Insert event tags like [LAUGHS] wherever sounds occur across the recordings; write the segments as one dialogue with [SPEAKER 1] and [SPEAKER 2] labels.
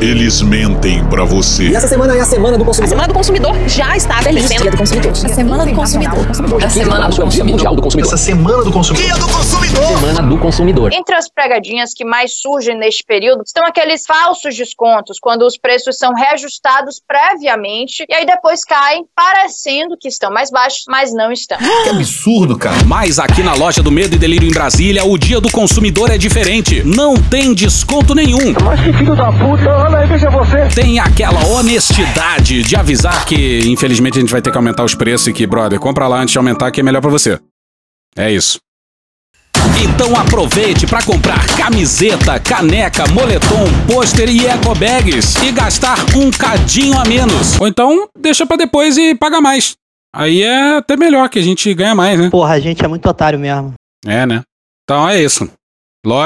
[SPEAKER 1] Eles mentem pra você.
[SPEAKER 2] Nessa semana é a semana do
[SPEAKER 3] A
[SPEAKER 2] consumidor.
[SPEAKER 3] Semana do Consumidor já está acontecendo.
[SPEAKER 2] do consumidor.
[SPEAKER 3] A Semana do Consumidor.
[SPEAKER 2] A semana do consumidor. do consumidor.
[SPEAKER 4] Essa semana é do consumidor.
[SPEAKER 2] Semana do consumidor.
[SPEAKER 5] Entre as pregadinhas que mais surgem neste período estão aqueles falsos descontos, quando os preços são reajustados previamente e aí depois caem, parecendo que estão mais baixos, mas não estão.
[SPEAKER 4] Que absurdo, cara.
[SPEAKER 6] Mas aqui na loja do Medo e Delírio em Brasília, o dia do consumidor é diferente. Não tem desconto nenhum. Mas que filho da puta, olha aí, veja você. Tem aquela honestidade de avisar que, infelizmente, a gente vai ter que aumentar os preços e que, brother, compra lá antes de aumentar que é melhor pra você. É isso. Então aproveite para comprar camiseta, caneca, moletom, pôster e ecobags e gastar um cadinho a menos. Ou então deixa pra depois e paga mais. Aí é até melhor que a gente ganha mais, né?
[SPEAKER 7] Porra, a gente é muito otário mesmo.
[SPEAKER 6] É, né? Então é isso.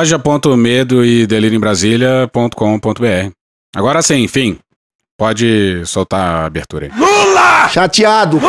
[SPEAKER 6] Loja.medo e delírio em Brasília.com.br. Agora sim, enfim. Pode soltar a abertura aí.
[SPEAKER 8] Chateado.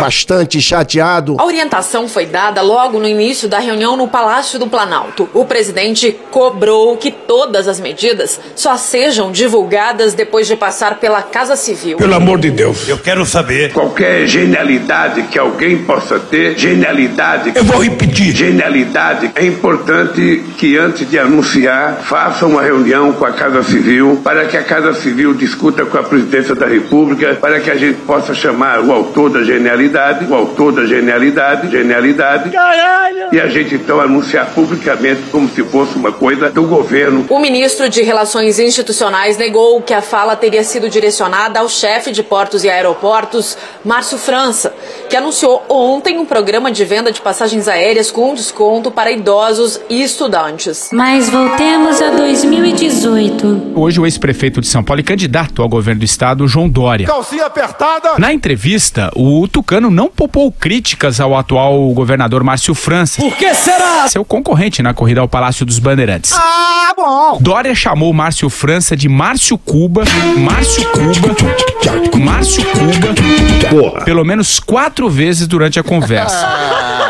[SPEAKER 8] Bastante chateado.
[SPEAKER 9] A orientação foi dada logo no início da reunião no Palácio do Planalto. O presidente cobrou que todas as medidas só sejam divulgadas depois de passar pela Casa Civil.
[SPEAKER 8] amor de Deus.
[SPEAKER 4] Eu quero saber.
[SPEAKER 8] Qualquer genialidade que alguém possa ter, genialidade.
[SPEAKER 4] Eu vou repetir.
[SPEAKER 8] Genialidade. É importante que antes de anunciar, faça uma reunião com a Casa Civil, para que a Casa Civil discuta com a Presidência da República, para que a gente possa chamar o autor da genialidade, o autor da genialidade, genialidade. E a gente então anunciar publicamente como se fosse uma coisa do governo.
[SPEAKER 9] O ministro de Relações Institucionais negou que a fala teria sido direcionada ao chefe de portos e aeroportos, Márcio França, que anunciou ontem um programa de venda de passagens aéreas com desconto para idosos e estudantes.
[SPEAKER 3] Mas voltemos a 2018.
[SPEAKER 10] Hoje, o ex-prefeito de São Paulo e candidato ao governo do estado, João Dória.
[SPEAKER 8] Calcinha apertada.
[SPEAKER 10] Na entrevista, o Tucano não poupou críticas ao atual governador Márcio França. Por que será? Seu concorrente na corrida ao Palácio dos Bandeirantes. Ah, bom! Dória chamou Márcio França de Márcio Cuba, Márcio Cuba, Márcio Cuba, pelo menos quatro vezes durante a conversa.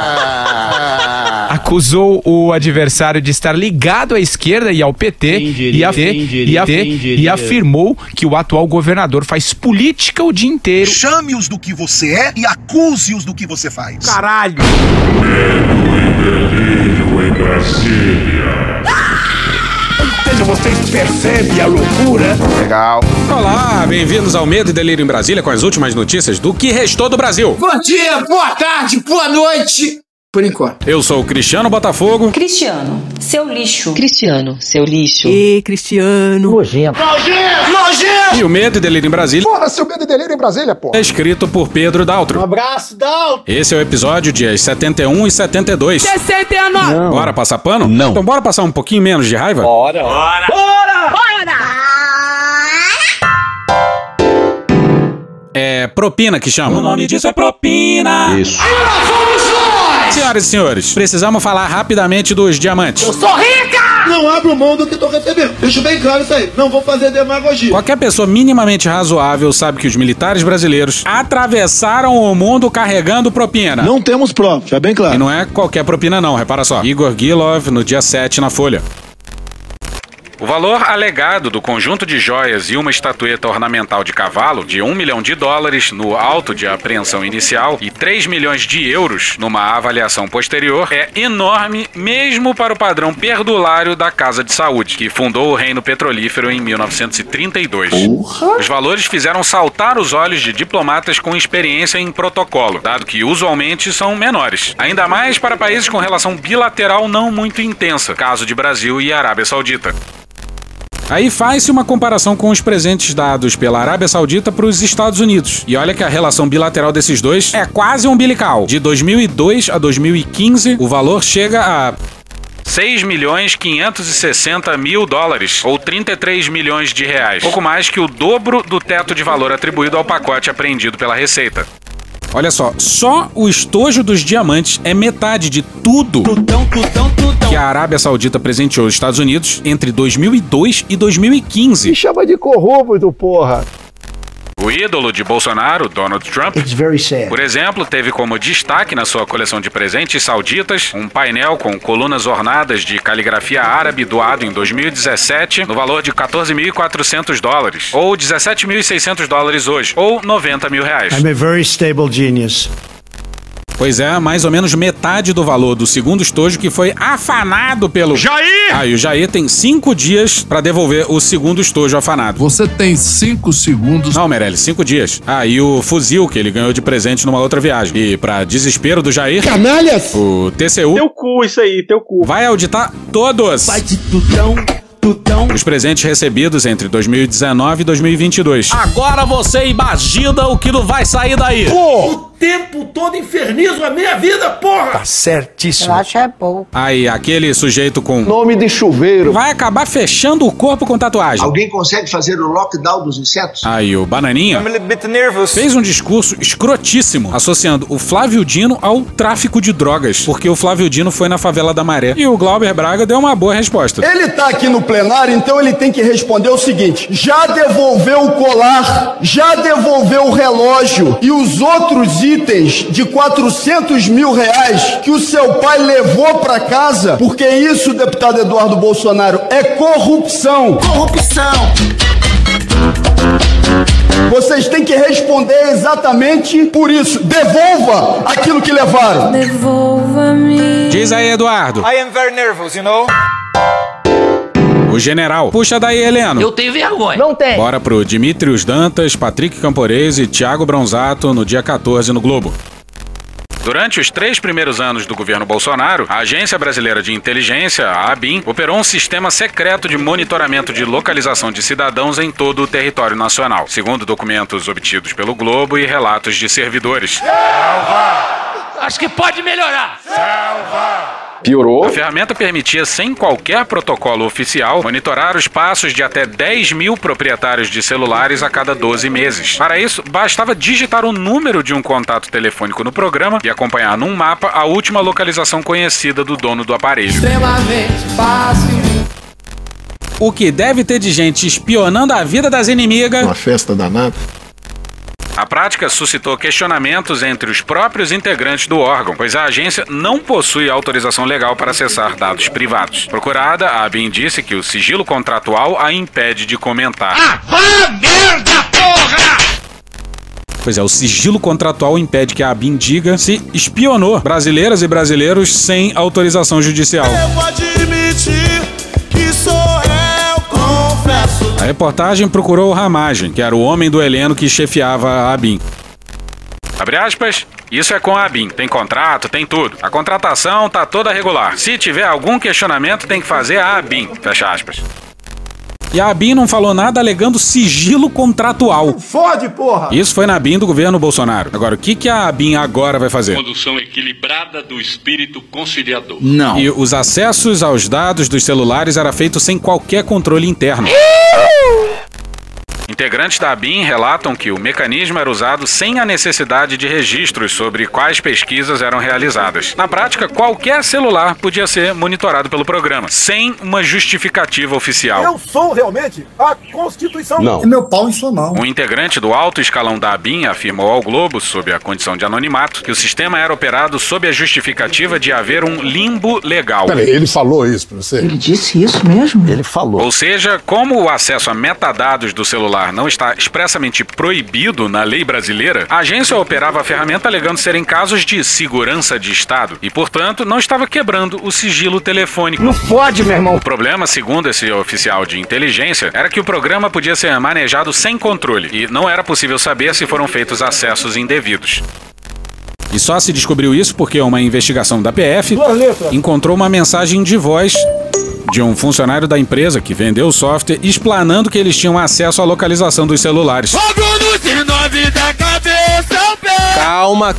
[SPEAKER 10] Acusou o adversário de estar ligado à esquerda e ao PT e, a, e, a, e afirmou que o atual governador faz política o dia inteiro
[SPEAKER 4] Chame-os do que você é e acuse-os do que você faz.
[SPEAKER 8] Caralho.
[SPEAKER 4] Ah!
[SPEAKER 6] Olá, bem-vindos ao Medo e Delírio em Brasília com as últimas notícias do que restou do Brasil.
[SPEAKER 2] Bom dia, boa tarde, boa noite. Por enquanto.
[SPEAKER 6] Eu sou o Cristiano Botafogo.
[SPEAKER 3] Cristiano, seu lixo.
[SPEAKER 9] Cristiano, seu lixo.
[SPEAKER 6] E o Medo e Delírio em Brasília
[SPEAKER 8] Porra, seu medo e delírio em Brasília, porra.
[SPEAKER 6] é escrito por Pedro Daltro.
[SPEAKER 2] abraço, Dal.
[SPEAKER 6] Esse é o episódio dias 71 e 72.
[SPEAKER 3] 69.
[SPEAKER 6] Bora passar pano? Não. Então bora passar um pouquinho menos de raiva? É propina que chama. O nome disso é propina. Isso. Senhoras e senhores, precisamos falar rapidamente dos diamantes.
[SPEAKER 4] Não abro mão do que tô recebendo. Deixa bem claro isso aí. Não vou fazer demagogia.
[SPEAKER 6] Qualquer pessoa minimamente razoável sabe que os militares brasileiros atravessaram o mundo carregando propina.
[SPEAKER 4] Não temos prova, já bem
[SPEAKER 6] E
[SPEAKER 4] claro.
[SPEAKER 6] não é qualquer propina, não, repara só. Igor Gilov, no dia 7, na Folha. O valor alegado do conjunto de joias e uma estatueta ornamental de cavalo de 1 milhão de dólares no auto de apreensão inicial e 3 milhões de euros numa avaliação posterior é enorme, mesmo para o padrão perdulário da Casa de Saúde, que fundou o Reino Petrolífero em 1932. Os valores fizeram saltar os olhos de diplomatas com experiência em protocolo, dado que usualmente são menores. Ainda mais para países com relação bilateral não muito intensa, caso de Brasil e Arábia Saudita. Aí faz-se uma comparação com os presentes dados pela Arábia Saudita para os Estados Unidos. E olha que a relação bilateral desses dois é quase umbilical. De 2002 a 2015, o valor chega a 6 milhões 560 mil dólares, ou 33 milhões de reais. Pouco mais que o dobro do teto de valor atribuído ao pacote apreendido pela Receita. Olha só, só o estojo dos diamantes é metade de tudo que a Arábia Saudita presenteou os Estados Unidos entre 2002 e 2015.
[SPEAKER 8] chama de corrupto, porra.
[SPEAKER 6] O ídolo de Bolsonaro, Donald Trump, por exemplo, teve como destaque na sua coleção de presentes sauditas um painel com colunas ornadas de caligrafia árabe doado em 2017 no valor de 14.400 dólares, ou 17.600 dólares hoje, ou 90 mil reais.
[SPEAKER 11] I'm a very stable genius.
[SPEAKER 6] Pois é, mais ou menos metade do valor do segundo estojo que foi afanado pelo Jair. Aí o Jair tem cinco dias pra devolver o segundo estojo afanado. Você tem cinco segundos. Não, Meirelles, cinco dias. Aí o fuzil que ele ganhou de presente numa outra viagem. E pra desespero do Jair. Canalhas! O TCU. Teu cu, isso aí, teu cu. Vai auditar todos. Vai de tutão. Os presentes recebidos entre 2019 e 2022.
[SPEAKER 12] Agora você imagina o que não vai sair daí.
[SPEAKER 4] O tempo todo infernizo a minha vida, porra! Tá certíssimo. Eu acho é pouco.
[SPEAKER 6] Aí, aquele sujeito com. Nome de chuveiro. Vai acabar fechando o corpo com tatuagem.
[SPEAKER 13] Alguém consegue fazer o lockdown dos insetos?
[SPEAKER 6] Aí, o Bananinha. Fez um discurso escrotíssimo, associando o Flávio Dino ao tráfico de drogas. Porque o Flávio Dino foi na favela da Maré. E o Glauber Braga deu uma boa resposta.
[SPEAKER 14] Ele tá aqui no plenário, então ele tem que responder o seguinte: já devolveu o colar, já devolveu o relógio e os outros itens de 400 mil reais que o seu pai levou pra casa, porque isso, deputado Eduardo Bolsonaro, é corrupção. Corrupção. Vocês têm que responder exatamente por isso. Devolva aquilo que levaram. Devolva-me.
[SPEAKER 6] Diz aí, Eduardo.
[SPEAKER 15] I am very nervous, you know?
[SPEAKER 6] O general. Puxa daí, Heleno.
[SPEAKER 12] Eu tenho vergonha. Não tem.
[SPEAKER 6] Bora pro Dimitrios Dantas, Patrick Camporez e Thiago Bronzato no dia 14 no Globo. Durante os três primeiros anos do governo Bolsonaro, a Agência Brasileira de Inteligência, a ABIN, operou um sistema secreto de monitoramento de localização de cidadãos em todo o território nacional, segundo documentos obtidos pelo Globo e relatos de servidores.
[SPEAKER 12] Acho que pode melhorar.
[SPEAKER 6] Piorou. A ferramenta permitia, sem qualquer protocolo oficial, monitorar os passos de até 10 mil proprietários de celulares a cada 12 meses. Para isso, bastava digitar o número de um contato telefônico no programa e acompanhar num mapa a última localização conhecida do dono do aparelho.
[SPEAKER 2] Extremamente fácil.
[SPEAKER 6] O que deve ter de gente espionando a vida das inimigas. Uma festa danada. A prática suscitou questionamentos entre os próprios integrantes do órgão, pois a agência não possui autorização legal para acessar dados privados. Procurada, a ABIN disse que o sigilo contratual a impede de comentar. Pois é, o sigilo contratual impede que a ABIN diga se espionou brasileiras e brasileiros sem autorização judicial.
[SPEAKER 4] admitir que sou eu, confesso.
[SPEAKER 6] A reportagem procurou o Ramagem, que era o homem do Heleno que chefiava a ABIN. Abre aspas, isso é com a ABIN. Tem contrato, tem tudo. A contratação tá toda regular. Se tiver algum questionamento, tem que fazer a ABIN. Fecha aspas. E a ABIN não falou nada alegando sigilo contratual.
[SPEAKER 4] Fode, porra!
[SPEAKER 6] Isso foi na ABIN do governo Bolsonaro. Agora, o que, que a ABIN agora vai fazer?
[SPEAKER 16] Condução equilibrada do espírito conciliador.
[SPEAKER 6] E os acessos aos dados dos celulares era feito sem qualquer controle interno. Integrantes da ABIN relatam que o mecanismo era usado sem a necessidade de registros sobre quais pesquisas eram realizadas. Na prática, qualquer celular podia ser monitorado pelo programa, sem uma justificativa oficial.
[SPEAKER 4] Eu sou realmente a Constituição.
[SPEAKER 6] Não.
[SPEAKER 4] É meu pau em sua mão.
[SPEAKER 6] Um integrante do alto escalão da ABIN afirmou ao Globo, sob a condição de anonimato, que o sistema era operado sob a justificativa de haver um limbo legal.
[SPEAKER 17] falou isso pra você? Ele disse isso mesmo? Ele falou.
[SPEAKER 6] Ou seja, como o acesso a metadados do celular não está expressamente proibido na lei brasileira, a agência operava a ferramenta alegando ser em casos de segurança de Estado e, portanto, não estava quebrando o sigilo telefônico. Não pode, meu irmão. O problema, segundo esse oficial de inteligência, era que o programa podia ser manejado sem controle e não era possível saber se foram feitos acessos indevidos. E só se descobriu isso porque uma investigação da PF encontrou uma mensagem de voz de um funcionário da empresa que vendeu o software explanando que eles tinham acesso à localização dos celulares. Calma.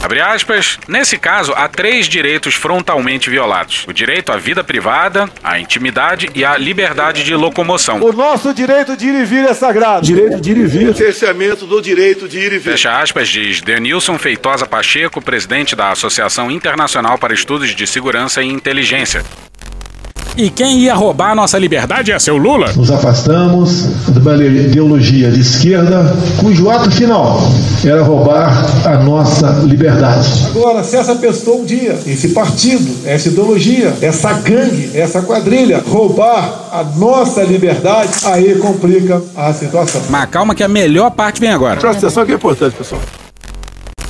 [SPEAKER 6] Abre aspas. Nesse caso, há três direitos frontalmente violados: o direito à vida privada, à intimidade e à liberdade de locomoção.
[SPEAKER 4] O nosso direito de ir e vir é sagrado. Direito de ir e vir. Cerceamento do direito de ir e vir.
[SPEAKER 6] Fecha aspas, diz Denilson Feitosa Pacheco, presidente da Associação Internacional para Estudos de Segurança e Inteligência. E quem ia roubar a nossa liberdade ia ser o Lula?
[SPEAKER 15] Nos afastamos da ideologia de esquerda, cujo ato final era roubar a nossa liberdade.
[SPEAKER 18] Agora, se essa pessoa um dia, esse partido, essa ideologia, essa gangue, essa quadrilha roubar a nossa liberdade, aí complica a situação.
[SPEAKER 6] Mas calma que a melhor parte vem agora.
[SPEAKER 19] Presta atenção que é importante, pessoal.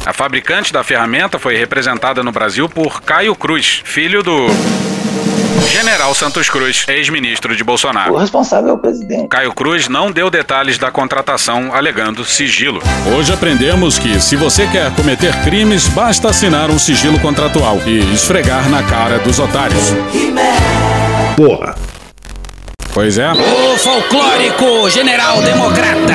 [SPEAKER 6] A fabricante da ferramenta foi representada no Brasil por Caio Cruz, filho do. General Santos Cruz, ex-ministro de Bolsonaro.
[SPEAKER 20] O responsável é o presidente.
[SPEAKER 6] Caio Cruz não deu detalhes da contratação, alegando sigilo.
[SPEAKER 21] Hoje aprendemos que, se você quer cometer crimes, basta assinar um sigilo contratual e esfregar na cara dos otários. Porra.
[SPEAKER 6] Pois é.
[SPEAKER 22] O folclórico general democrata.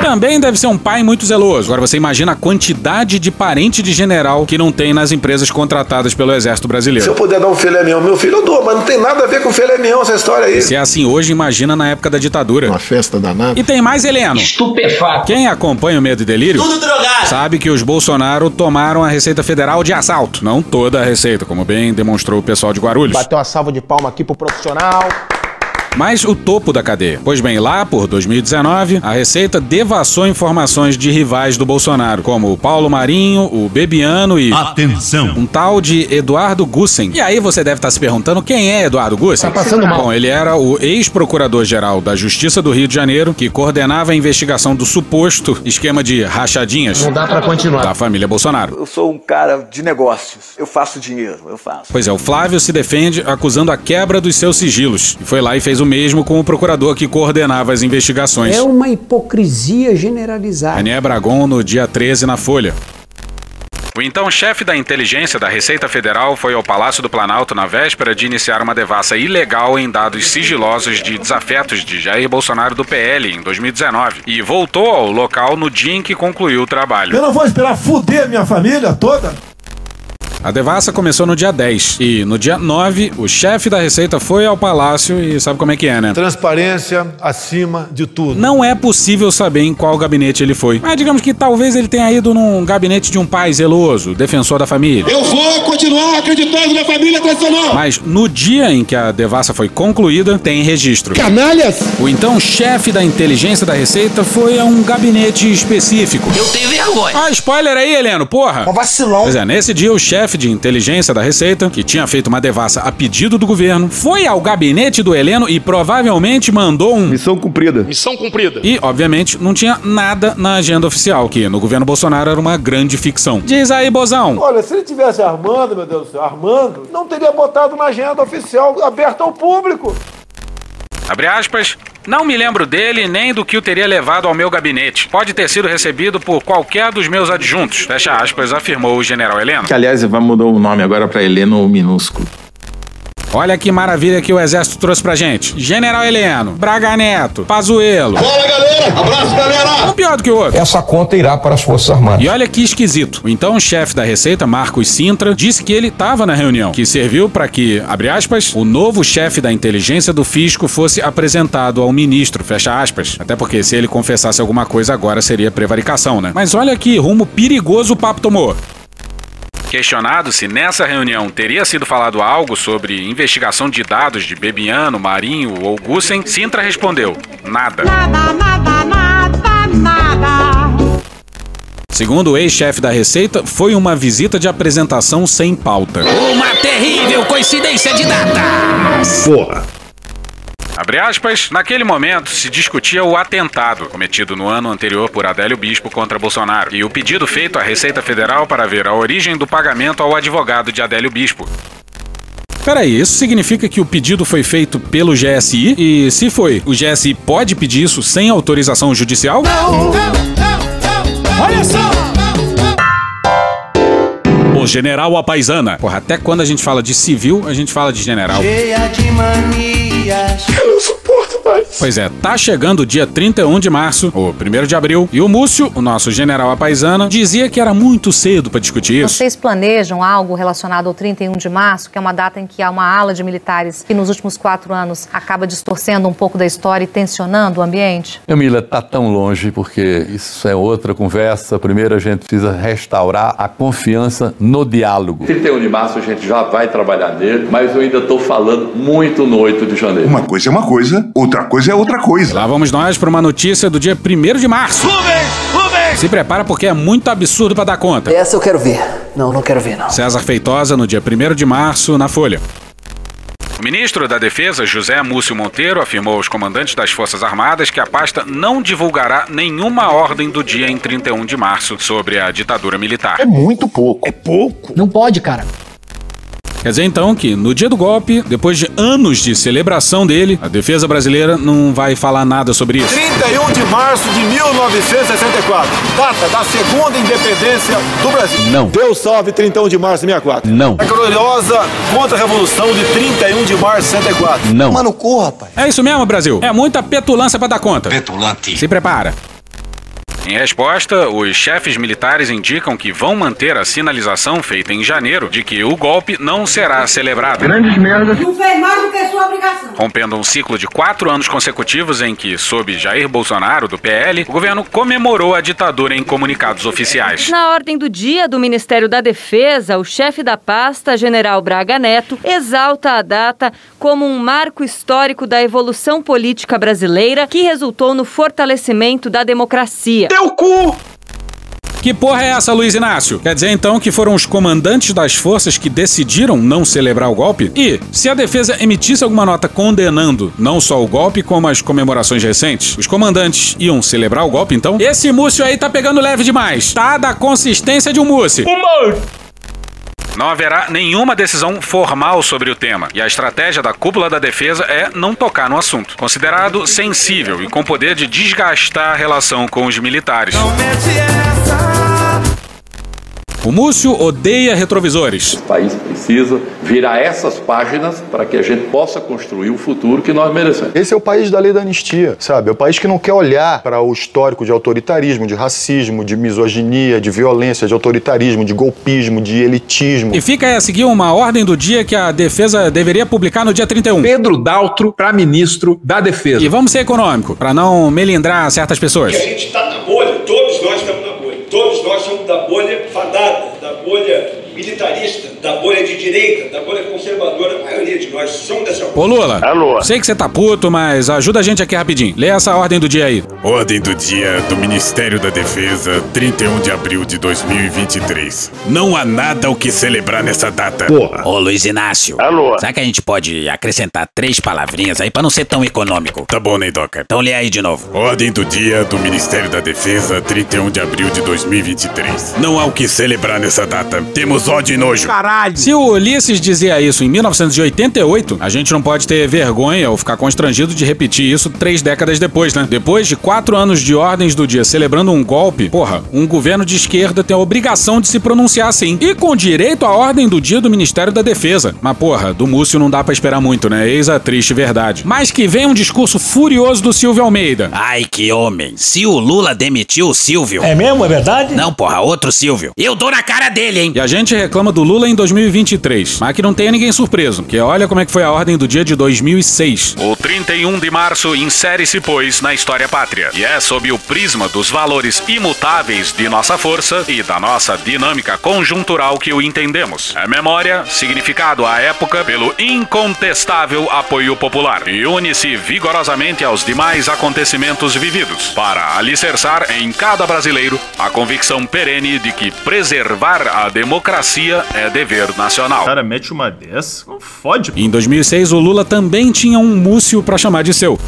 [SPEAKER 6] Também deve ser um pai muito zeloso. Agora você imagina a quantidade de parente de general que não tem nas empresas contratadas pelo Exército
[SPEAKER 19] Se eu
[SPEAKER 6] Brasileiro.
[SPEAKER 19] puder dar um filé mignon, meu filho eu dou, mas não tem nada a ver com filé mignon essa história aí.
[SPEAKER 6] Se é assim hoje, imagina na época da ditadura. Uma festa danada. E tem mais, Heleno. Estupefato. Quem acompanha o Medo e Delírio sabe que os Bolsonaro tomaram a Receita Federal de assalto. Não toda a Receita, como bem demonstrou o pessoal de Guarulhos.
[SPEAKER 23] Bateu uma salva de palma aqui pro profissional.
[SPEAKER 6] Mas o topo da cadeia. Pois bem, lá por 2019, a Receita devassou informações de rivais do Bolsonaro, como o Paulo Marinho, o Bebiano
[SPEAKER 4] Ah,
[SPEAKER 6] e. Atenção! Um tal de Eduardo Gussen. E aí você deve estar se perguntando quem é Eduardo Gussen?
[SPEAKER 24] Tá passando mal.
[SPEAKER 6] Bom, ele era o ex-procurador-geral da Justiça do Rio de Janeiro, que coordenava a investigação do suposto esquema de rachadinhas.
[SPEAKER 24] Não dá pra continuar.
[SPEAKER 6] Da família Bolsonaro.
[SPEAKER 25] Eu sou um cara de negócios. Eu faço dinheiro, eu faço.
[SPEAKER 6] Pois é, o Flávio se defende acusando a quebra dos seus sigilos. E foi lá e fez o mesmo com o procurador que coordenava as investigações.
[SPEAKER 26] É
[SPEAKER 24] um
[SPEAKER 26] uma hipocrisia generalizada.
[SPEAKER 6] René Bragon no dia 13 na Folha. O então chefe da inteligência da Receita Federal foi ao Palácio do Planalto na véspera de iniciar uma devassa ilegal em dados sigilosos de desafetos de Jair Bolsonaro do PL em 2019 e voltou ao local no dia em que concluiu o trabalho.
[SPEAKER 19] Eu não vou esperar fuder minha família toda.
[SPEAKER 6] A devassa começou no dia 10 e no dia 9 o chefe da Receita foi ao palácio e sabe como é que é, né?
[SPEAKER 19] Transparência acima de tudo.
[SPEAKER 6] Não é possível saber em qual gabinete ele foi. Mas digamos que talvez ele tenha ido num gabinete de um pai zeloso, defensor da família.
[SPEAKER 19] Eu vou continuar acreditando na família tradicional.
[SPEAKER 6] Mas no dia em que a devassa foi concluída, tem registro.
[SPEAKER 19] Canalhas!
[SPEAKER 6] O então chefe da inteligência da Receita foi a um gabinete específico. Eu tenho vergonha. Ah, spoiler aí, Heleno,
[SPEAKER 19] Tá
[SPEAKER 6] porra! Um vacilão. Pois é, nesse dia o chefe de inteligência da Receita, que tinha feito uma devassa a pedido do governo, foi ao gabinete do Heleno e provavelmente mandou um. Missão cumprida.
[SPEAKER 24] Missão cumprida.
[SPEAKER 6] E, obviamente, não tinha nada na agenda oficial, que no governo Bolsonaro era uma grande ficção. Diz aí, Bozão.
[SPEAKER 19] Olha, se ele tivesse armando, meu Deus do céu, armando, não teria botado na agenda oficial aberta ao público.
[SPEAKER 6] Abre aspas. Não me lembro dele nem do que o teria levado ao meu gabinete. Pode ter sido recebido por qualquer dos meus adjuntos. Fecha aspas, afirmou o general Heleno.
[SPEAKER 27] Que, aliás, vai mudou o nome agora pra Heleno Minúsculo.
[SPEAKER 6] Olha que maravilha que o exército trouxe pra gente. General Heleno, Braga Neto, Pazuello.
[SPEAKER 19] Fala, galera! Abraço, galera!
[SPEAKER 6] Um pior do que o outro.
[SPEAKER 28] Essa conta irá para as Forças Armadas.
[SPEAKER 6] E olha que esquisito. O então chefe da Receita, Marcos Sintra, disse que ele estava na reunião, que serviu para que, abre aspas, o novo chefe da inteligência do fisco fosse apresentado ao ministro, fecha aspas. Até porque se ele confessasse alguma coisa agora seria prevaricação, né? Mas olha que rumo perigoso o papo tomou. Questionado se nessa reunião teria sido falado algo sobre investigação de dados de Bebiano, Marinho ou Gussen, Sintra respondeu: nada. Segundo o ex-chefe da Receita, foi uma visita de apresentação sem pauta.
[SPEAKER 22] Uma terrível coincidência de datas.
[SPEAKER 6] Porra. Abre aspas, naquele momento se discutia o atentado cometido no ano anterior por Adélio Bispo contra Bolsonaro e o pedido feito à Receita Federal para ver a origem do pagamento ao advogado de Adélio Bispo. Peraí, isso significa que o pedido foi feito pelo GSI? E se foi, o GSI pode pedir isso sem autorização judicial?
[SPEAKER 19] Olha só!
[SPEAKER 6] O general Apaisana. Porra, até quando a gente fala de civil, a gente fala de general.
[SPEAKER 29] Cheia de manias.
[SPEAKER 19] Eu não suporto
[SPEAKER 6] rapaz. Pois é, tá chegando o dia 31 de março, ou 1 de abril, e o Múcio, o nosso general apaisana, dizia que era muito cedo para discutir isso.
[SPEAKER 30] Vocês planejam algo relacionado ao 31 de março, que é uma data em que há uma ala de militares que nos últimos quatro anos acaba distorcendo um pouco da história e tensionando o ambiente?
[SPEAKER 1] Camila, tá tão longe, porque isso é outra conversa. Primeiro a gente precisa restaurar a confiança no diálogo.
[SPEAKER 3] 31 de março a gente já vai trabalhar nele, mas eu ainda estou falando muito no 8 de janeiro.
[SPEAKER 5] Uma coisa é uma coisa, outra coisa é outra coisa.
[SPEAKER 6] Lá vamos nós para uma notícia do dia 1 de março. Rubens! Se prepara porque é muito absurdo para dar conta.
[SPEAKER 7] Essa eu quero ver. Não, não quero ver, não.
[SPEAKER 6] César Feitosa, no dia 1 de março, na Folha. O ministro da Defesa, José Múcio Monteiro, afirmou aos comandantes das Forças Armadas que a pasta não divulgará nenhuma ordem do dia em 31 de março sobre a ditadura militar.
[SPEAKER 1] É muito pouco.
[SPEAKER 5] É pouco?
[SPEAKER 7] Não pode, cara.
[SPEAKER 6] Quer dizer então que, no dia do golpe, depois de anos de celebração dele, a defesa brasileira não vai falar nada sobre isso.
[SPEAKER 9] 31 de março de 1964, data da segunda independência do Brasil.
[SPEAKER 1] Não.
[SPEAKER 9] Deus salve 31 de março de 64.
[SPEAKER 1] Não.
[SPEAKER 9] A gloriosa contra-revolução de 31 de março de 64.
[SPEAKER 1] Não.
[SPEAKER 7] Mano, corra, rapaz.
[SPEAKER 6] É isso mesmo, Brasil. É muita petulância para dar conta.
[SPEAKER 3] Petulante.
[SPEAKER 6] Se prepara. Em resposta, os chefes militares indicam que vão manter a sinalização feita em janeiro de que o golpe não será celebrado.
[SPEAKER 5] Grandes merdas.
[SPEAKER 10] Não fez mais do que sua obrigação.
[SPEAKER 6] Rompendo um ciclo de quatro anos consecutivos em que, sob Jair Bolsonaro, do PL, o governo comemorou a ditadura em comunicados oficiais.
[SPEAKER 20] Na ordem do dia do Ministério da Defesa, o chefe da pasta, general Braga Neto, exalta a data como um marco histórico da evolução política brasileira que resultou no fortalecimento da democracia
[SPEAKER 5] teu cu!
[SPEAKER 6] Que porra é essa, Luiz Inácio? Quer dizer então que foram os comandantes das forças que decidiram não celebrar o golpe? E, se a defesa emitisse alguma nota condenando não só o golpe, como as comemorações recentes, os comandantes iam celebrar o golpe então? Esse Múcio aí tá pegando leve demais. Tá da consistência de um Múcio.
[SPEAKER 5] Humor!
[SPEAKER 6] Não haverá nenhuma decisão formal sobre o tema, e a estratégia da cúpula da defesa é não tocar no assunto, considerado sensível e com poder de desgastar a relação com os militares. O Múcio odeia retrovisores.
[SPEAKER 3] O país precisa virar essas páginas para que a gente possa construir um o futuro que nós merecemos.
[SPEAKER 1] Esse é o país da lei da anistia, sabe? É o país que não quer olhar para o histórico de autoritarismo, de racismo, de misoginia, de violência, de autoritarismo, de golpismo, de elitismo.
[SPEAKER 6] E fica aí a seguir uma ordem do dia que a defesa deveria publicar no dia 31.
[SPEAKER 24] Pedro Daltro para ministro da Defesa.
[SPEAKER 6] E vamos ser econômico, para não melindrar certas pessoas.
[SPEAKER 29] E a gente está na bolha, todos nós estamos na bolha. Todos nós somos da bolha fadada, da bolha militarista, da bolha de direita, da bolha conservadora, a maioria de nós somos dessa bolha.
[SPEAKER 6] Ô Lula,
[SPEAKER 29] Alô.
[SPEAKER 6] sei que você tá puto, mas ajuda a gente aqui rapidinho. Lê essa ordem do dia aí.
[SPEAKER 31] Ordem do dia do Ministério da Defesa, 31 de abril de 2023. Não há nada o que celebrar nessa data.
[SPEAKER 22] Porra. Ô Luiz Inácio.
[SPEAKER 29] Alô.
[SPEAKER 22] Será que a gente pode acrescentar três palavrinhas aí pra não ser tão econômico?
[SPEAKER 31] Tá bom, Neidoca.
[SPEAKER 22] Então lê aí de novo.
[SPEAKER 31] Ordem do dia do Ministério da Defesa, 31 de abril de 2023. Não há o que celebrar nessa data. Temos ódio e nojo.
[SPEAKER 6] Caralho. Se o Ulisses dizia isso em 1988, a gente não pode ter vergonha ou ficar constrangido de repetir isso três décadas depois, né? Depois de quatro anos de ordens do dia celebrando um golpe, porra, um governo de esquerda tem a obrigação de se pronunciar assim. E com direito à ordem do dia do Ministério da Defesa. Mas, porra, do Múcio não dá para esperar muito, né? Eis a triste verdade. Mas que vem um discurso furioso do Silvio Almeida.
[SPEAKER 22] Ai, que homem. Se o Lula demitiu o Silvio.
[SPEAKER 7] É mesmo? É verdade?
[SPEAKER 22] Não, porra, outro Silvio. Eu dou na cara dele, hein?
[SPEAKER 6] E a gente reclama do Lula em 2023, mas que não tenha ninguém surpreso, que olha como é que foi a ordem do dia de 2006.
[SPEAKER 21] O 31 de março insere-se, pois, na história pátria, e é sob o prisma dos valores imutáveis de nossa força e da nossa dinâmica conjuntural que o entendemos. É memória, significado à época, pelo incontestável apoio popular, e une-se vigorosamente aos demais acontecimentos vividos, para alicerçar em cada brasileiro a convicção perene de que preservar a democracia democracia é dever nacional.
[SPEAKER 32] Cara, mete uma dessa, não fode.
[SPEAKER 6] Em 2006, o Lula também tinha um múcio para chamar de seu.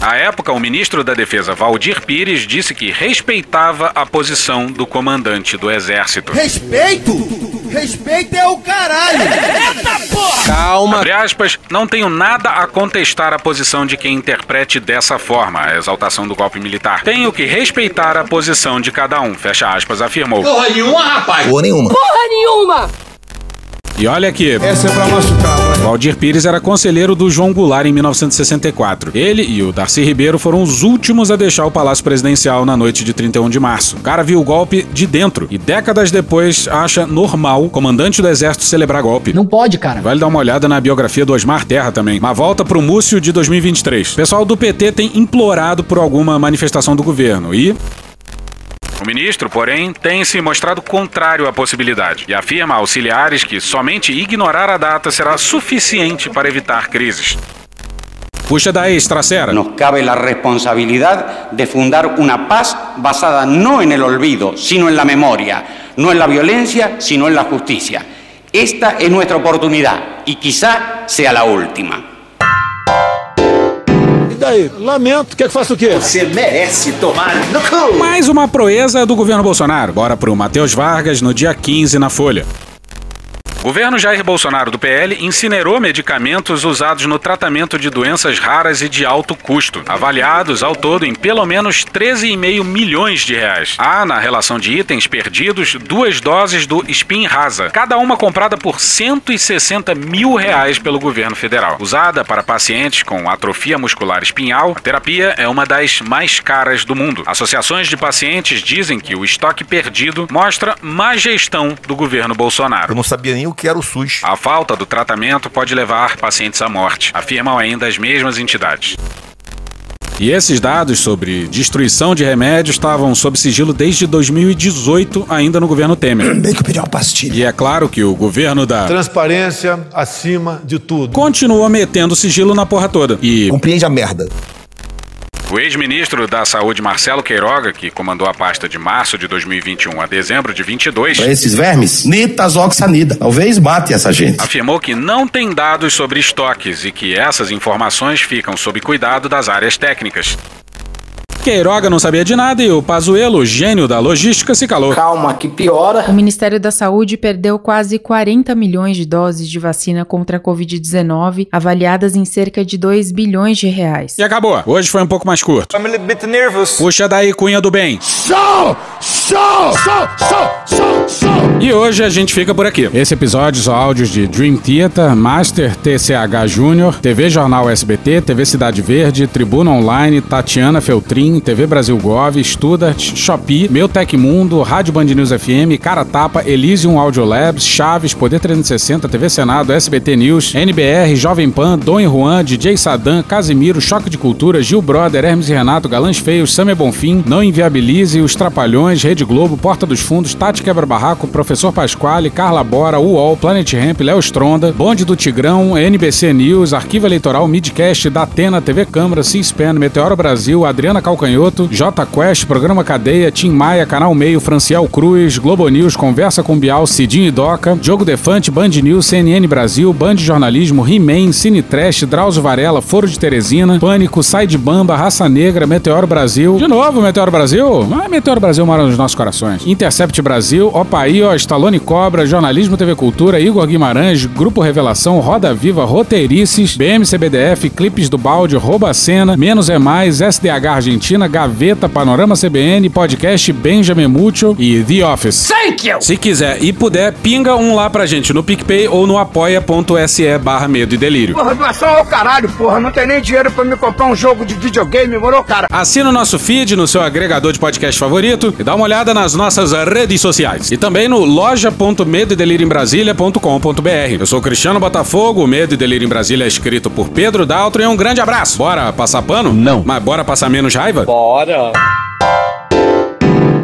[SPEAKER 6] À época, o ministro da Defesa, Valdir Pires, disse que respeitava a posição do comandante do Exército.
[SPEAKER 7] Respeito? Respeito é o caralho! Eita
[SPEAKER 6] porra! Calma! Abre aspas, não tenho nada a contestar a posição de quem interprete dessa forma a exaltação do golpe militar. Tenho que respeitar a posição de cada um, fecha aspas, afirmou.
[SPEAKER 5] Porra nenhuma, rapaz!
[SPEAKER 7] Porra nenhuma!
[SPEAKER 10] Porra nenhuma!
[SPEAKER 6] E olha aqui.
[SPEAKER 33] Essa é pra machucar, vai.
[SPEAKER 6] O Aldir Pires era conselheiro do João Goulart em 1964. Ele e o Darcy Ribeiro foram os últimos a deixar o Palácio Presidencial na noite de 31 de março. O cara viu o golpe de dentro e décadas depois acha normal o comandante do exército celebrar golpe.
[SPEAKER 2] Não pode, cara.
[SPEAKER 6] Vale dar uma olhada na biografia do Osmar Terra também. Uma volta pro Múcio de 2023. O pessoal do PT tem implorado por alguma manifestação do governo e o ministro, porém, tem se mostrado contrário à possibilidade e afirma a auxiliares que somente ignorar a data será suficiente para evitar crises. Puxa daí, Tracera.
[SPEAKER 4] Nos cabe la responsabilidad de fundar una paz basada no en el olvido, sino en la memoria, no en la violencia, sino en la justicia. Esta es nuestra oportunidad y quizá sea la última.
[SPEAKER 19] daí? Lamento. Quer que faça o quê?
[SPEAKER 8] Você merece tomar no cu!
[SPEAKER 6] Mais uma proeza do governo Bolsonaro. Bora pro Matheus Vargas no dia 15 na Folha. Governo Jair Bolsonaro do PL incinerou medicamentos usados no tratamento de doenças raras e de alto custo, avaliados ao todo em pelo menos 13,5 milhões de reais. Há na relação de itens perdidos duas doses do Spinraza, cada uma comprada por 160 mil reais pelo governo federal. Usada para pacientes com atrofia muscular espinhal, a terapia é uma das mais caras do mundo. Associações de pacientes dizem que o estoque perdido mostra má gestão do governo Bolsonaro.
[SPEAKER 11] Eu não sabia nem o que era o SUS.
[SPEAKER 6] A falta do tratamento pode levar pacientes à morte, afirmam ainda as mesmas entidades. E esses dados sobre destruição de remédios estavam sob sigilo desde 2018, ainda no governo Temer.
[SPEAKER 12] [CLEARS THROAT] Bem que eu pedi uma pastilha.
[SPEAKER 6] E é claro que o governo da
[SPEAKER 19] Transparência acima de tudo
[SPEAKER 6] continuou metendo sigilo na porra toda. E.
[SPEAKER 11] Compreende a merda.
[SPEAKER 6] O ex-ministro da Saúde, Marcelo Queiroga, que comandou a pasta de março de 2021 a dezembro de 22.
[SPEAKER 11] Para esses vermes, nitazoxanida. Talvez mate essa gente.
[SPEAKER 6] Afirmou que não tem dados sobre estoques e que essas informações ficam sob cuidado das áreas técnicas. Queiroga não sabia de nada e o Pazuello, gênio da logística, se calou.
[SPEAKER 13] Calma, que piora.
[SPEAKER 14] O Ministério da Saúde perdeu quase 40 milhões de doses de vacina contra a Covid-19, avaliadas em cerca de 2 bilhões de reais.
[SPEAKER 6] E acabou. Hoje foi um pouco mais curto.
[SPEAKER 13] I'm a little bit nervous.
[SPEAKER 6] Puxa daí, Cunha do Bem.
[SPEAKER 7] Show! Show! Show! Show! Show! Show!
[SPEAKER 6] E hoje a gente fica por aqui. Esse episódio são áudios de Dream Theater, Master TCH Júnior, TV Jornal SBT, TV Cidade Verde, Tribuna Online, Tatiana Feltrin, TV Brasil Gov, Studart, Shopee, Meu Tec Mundo, Rádio Band News FM, Cara Tapa, Elysium Audio Labs, Chaves, Poder 360, TV Senado, SBT News, NBR, Jovem Pan, Dom e Juan, DJ Sadam, Casimiro, Choque de Cultura, Gil Brother, Hermes e Renato, Galãs Feios, Samia Bonfim, Não Inviabilize, Os Trapalhões, Rede Globo, Porta dos Fundos, Tati Quebra Barraco, Professor Pasquale, Carla Bora, UOL, Planet Ramp, Léo Stronda, Bonde do Tigrão, NBC News, Arquivo Eleitoral, Midcast, Datena, TV Câmara, C-SPAN, Meteoro Brasil, Adriana Cal Canhoto, J Quest, Programa Cadeia, Tim Maia, Canal Meio, Franciel Cruz, Globo News, Conversa com Bial, Cidinho e Doca, Diogo Defante, Band News, CNN Brasil, Band Jornalismo, He-Man, Cine Trash, Drauzio Varela, Foro de Teresina, Pânico, Sai de Bamba, Raça Negra, Meteoro Brasil. De novo, Meteoro Brasil? Ah, Meteoro Brasil mora nos nossos corações. Intercept Brasil, Opaí, ó, Stallone Cobra, Jornalismo TV Cultura, Igor Guimarães, Grupo Revelação, Roda Viva, Roteirices, BMCBDF, Clipes do Balde, Rouba Cena, Menos é Mais, SDH Argentina. Gaveta, Panorama CBN, podcast Benjamin Mucho e The Office.
[SPEAKER 13] Thank you!
[SPEAKER 6] Se quiser e puder, pinga um lá pra gente no PicPay ou no apoia.se barra medo e delírio.
[SPEAKER 13] Porra, doação ao caralho, porra. Não tem nem dinheiro pra me comprar um jogo de videogame, morou, cara?
[SPEAKER 6] Assina o nosso feed no seu agregador de podcast favorito e dá uma olhada nas nossas redes sociais. E também no loja.medoedelirioembrasilha.com.br. Eu sou Cristiano Botafogo, o Medo e Delírio em Brasília é escrito por Pedro Daltro e um grande abraço. Bora passar pano?
[SPEAKER 11] Não.
[SPEAKER 6] Mas bora passar menos raiva?
[SPEAKER 13] Bora!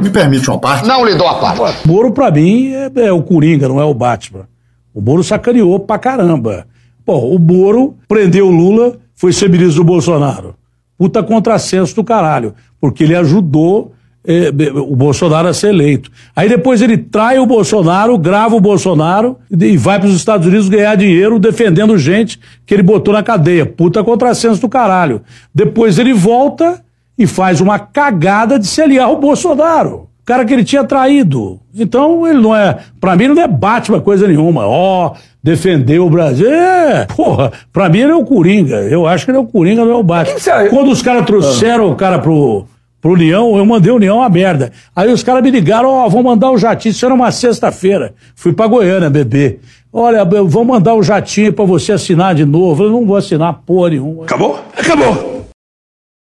[SPEAKER 11] Me permite uma parte?
[SPEAKER 13] Não lhe dou a parte.
[SPEAKER 15] Moro, pra mim, é, é o Coringa, não é o Batman. O Moro sacaneou pra caramba. Pô, o Moro prendeu o Lula, foi ser ministro do Bolsonaro. Puta contrassenso do caralho, porque ele ajudou é, o Bolsonaro a ser eleito. Aí depois ele trai o Bolsonaro, grava o Bolsonaro e vai para os Estados Unidos ganhar dinheiro defendendo gente que ele botou na cadeia. Puta contrassenso do caralho. Depois ele volta e faz uma cagada de se aliar ao Bolsonaro. O cara que ele tinha traído. Então, ele não é. Pra mim, não é Batman coisa nenhuma. Ó, oh, defendeu o Brasil. É, porra, pra mim ele é o Coringa. Eu acho que ele é o Coringa, não é o Batman. Quando os caras trouxeram o cara pro, pro União, eu mandei o União a merda. Aí os caras me ligaram, ó, oh, vou mandar o jatinho, isso era uma sexta-feira. Fui pra Goiânia beber. Olha, vou mandar o jatinho para você assinar de novo. Eu não vou assinar porra nenhuma.
[SPEAKER 5] Acabou? Acabou!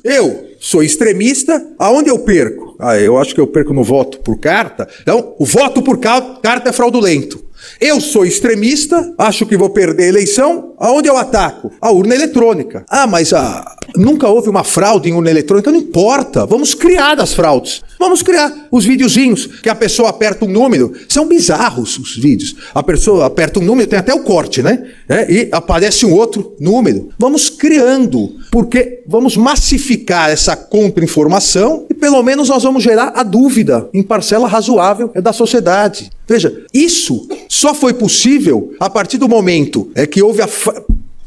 [SPEAKER 30] Eu sou extremista, aonde eu perco? Ah, eu acho que eu perco no voto por carta. Então, o voto por carta é fraudulento. Eu sou extremista, acho que vou perder a eleição. Aonde eu ataco? A urna eletrônica. Ah, mas ah, nunca houve uma fraude em urna eletrônica, não importa. Vamos criar das fraudes. Vamos criar os videozinhos que a pessoa aperta um número. São bizarros os vídeos. A pessoa aperta um número, tem até o corte, né? É, e aparece um outro número. Vamos criando, porque vamos massificar essa contra-informação e pelo menos nós vamos gerar a dúvida em parcela razoável da sociedade. Veja, isso só foi possível a partir do momento é que houve a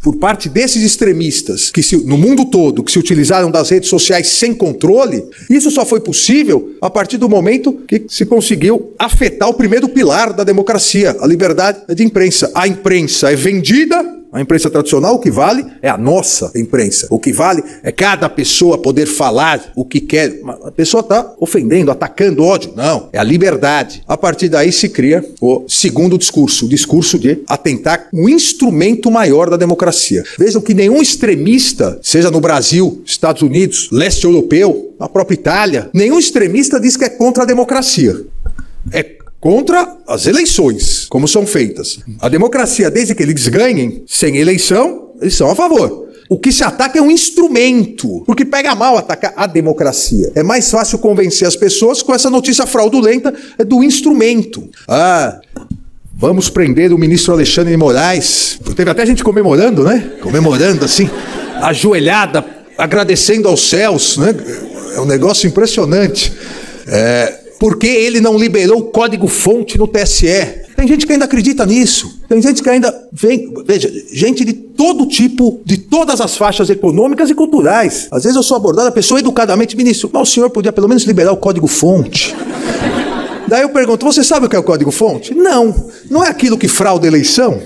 [SPEAKER 30] por parte desses extremistas que se, no mundo todo que se utilizaram das redes sociais sem controle, isso só foi possível a partir do momento que se conseguiu afetar o primeiro pilar da democracia, a liberdade é de imprensa. A imprensa é vendida a imprensa tradicional, o que vale é a nossa imprensa. O que vale é cada pessoa poder falar o que quer. A pessoa está ofendendo, atacando ódio. Não, é a liberdade. A partir daí se cria o segundo discurso, o discurso de atentar um instrumento maior da democracia. Vejam que nenhum extremista, seja no Brasil, Estados Unidos, leste europeu, na própria Itália, nenhum extremista diz que é contra a democracia. É contra as eleições, como são feitas. A democracia, desde que eles ganhem, sem eleição, eles são a favor. O que se ataca é um instrumento, porque pega mal atacar a democracia. É mais fácil convencer as pessoas com essa notícia fraudulenta é do instrumento. Ah, vamos prender o ministro Alexandre de Moraes. Teve até gente comemorando, né? Comemorando assim, ajoelhada, agradecendo aos céus, né? É um negócio impressionante. É, porque ele não liberou o código-fonte no TSE. Tem gente que ainda acredita nisso. Tem gente que ainda vem. Veja, gente de todo tipo, de todas as faixas econômicas e culturais. Às vezes eu sou abordado, a pessoa educadamente, ministro, mas o senhor podia pelo menos liberar o código-fonte. [LAUGHS] Daí eu pergunto: você sabe o que é o código-fonte? Não. Não é aquilo que frauda a eleição?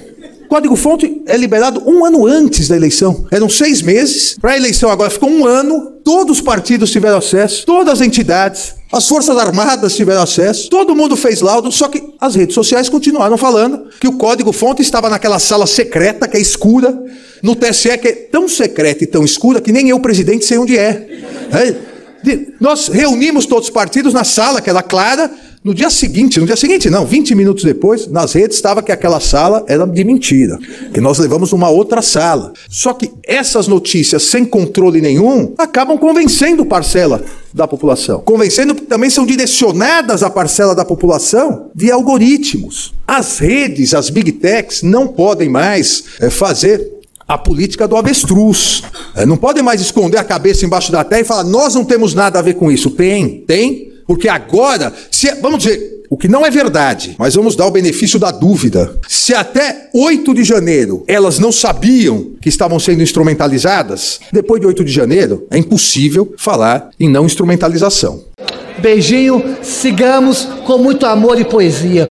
[SPEAKER 30] Código-fonte é liberado um ano antes da eleição. Eram seis meses. Para a eleição agora ficou um ano. Todos os partidos tiveram acesso, todas as entidades, as Forças Armadas tiveram acesso, todo mundo fez laudo, só que as redes sociais continuaram falando que o código-fonte estava naquela sala secreta, que é escura, no TSE, que é tão secreta e tão escura que nem eu, presidente, sei onde é. é. De, nós reunimos todos os partidos na sala, que era clara, no dia seguinte, no dia seguinte não, 20 minutos depois, nas redes estava que aquela sala era de mentira, que nós levamos uma outra sala. Só que essas notícias sem controle nenhum acabam convencendo parcela da população. Convencendo que também são direcionadas à parcela da população via algoritmos. As redes, as big techs, não podem mais é, fazer a política do avestruz. É, não podem mais esconder a cabeça embaixo da terra e falar, nós não temos nada a ver com isso. Tem, tem, porque agora, se, vamos dizer, o que não é verdade, mas vamos dar o benefício da dúvida. Se até 8 de janeiro elas não sabiam que estavam sendo instrumentalizadas, depois de 8 de janeiro é impossível falar em não instrumentalização.
[SPEAKER 2] Beijinho, sigamos com muito amor e poesia.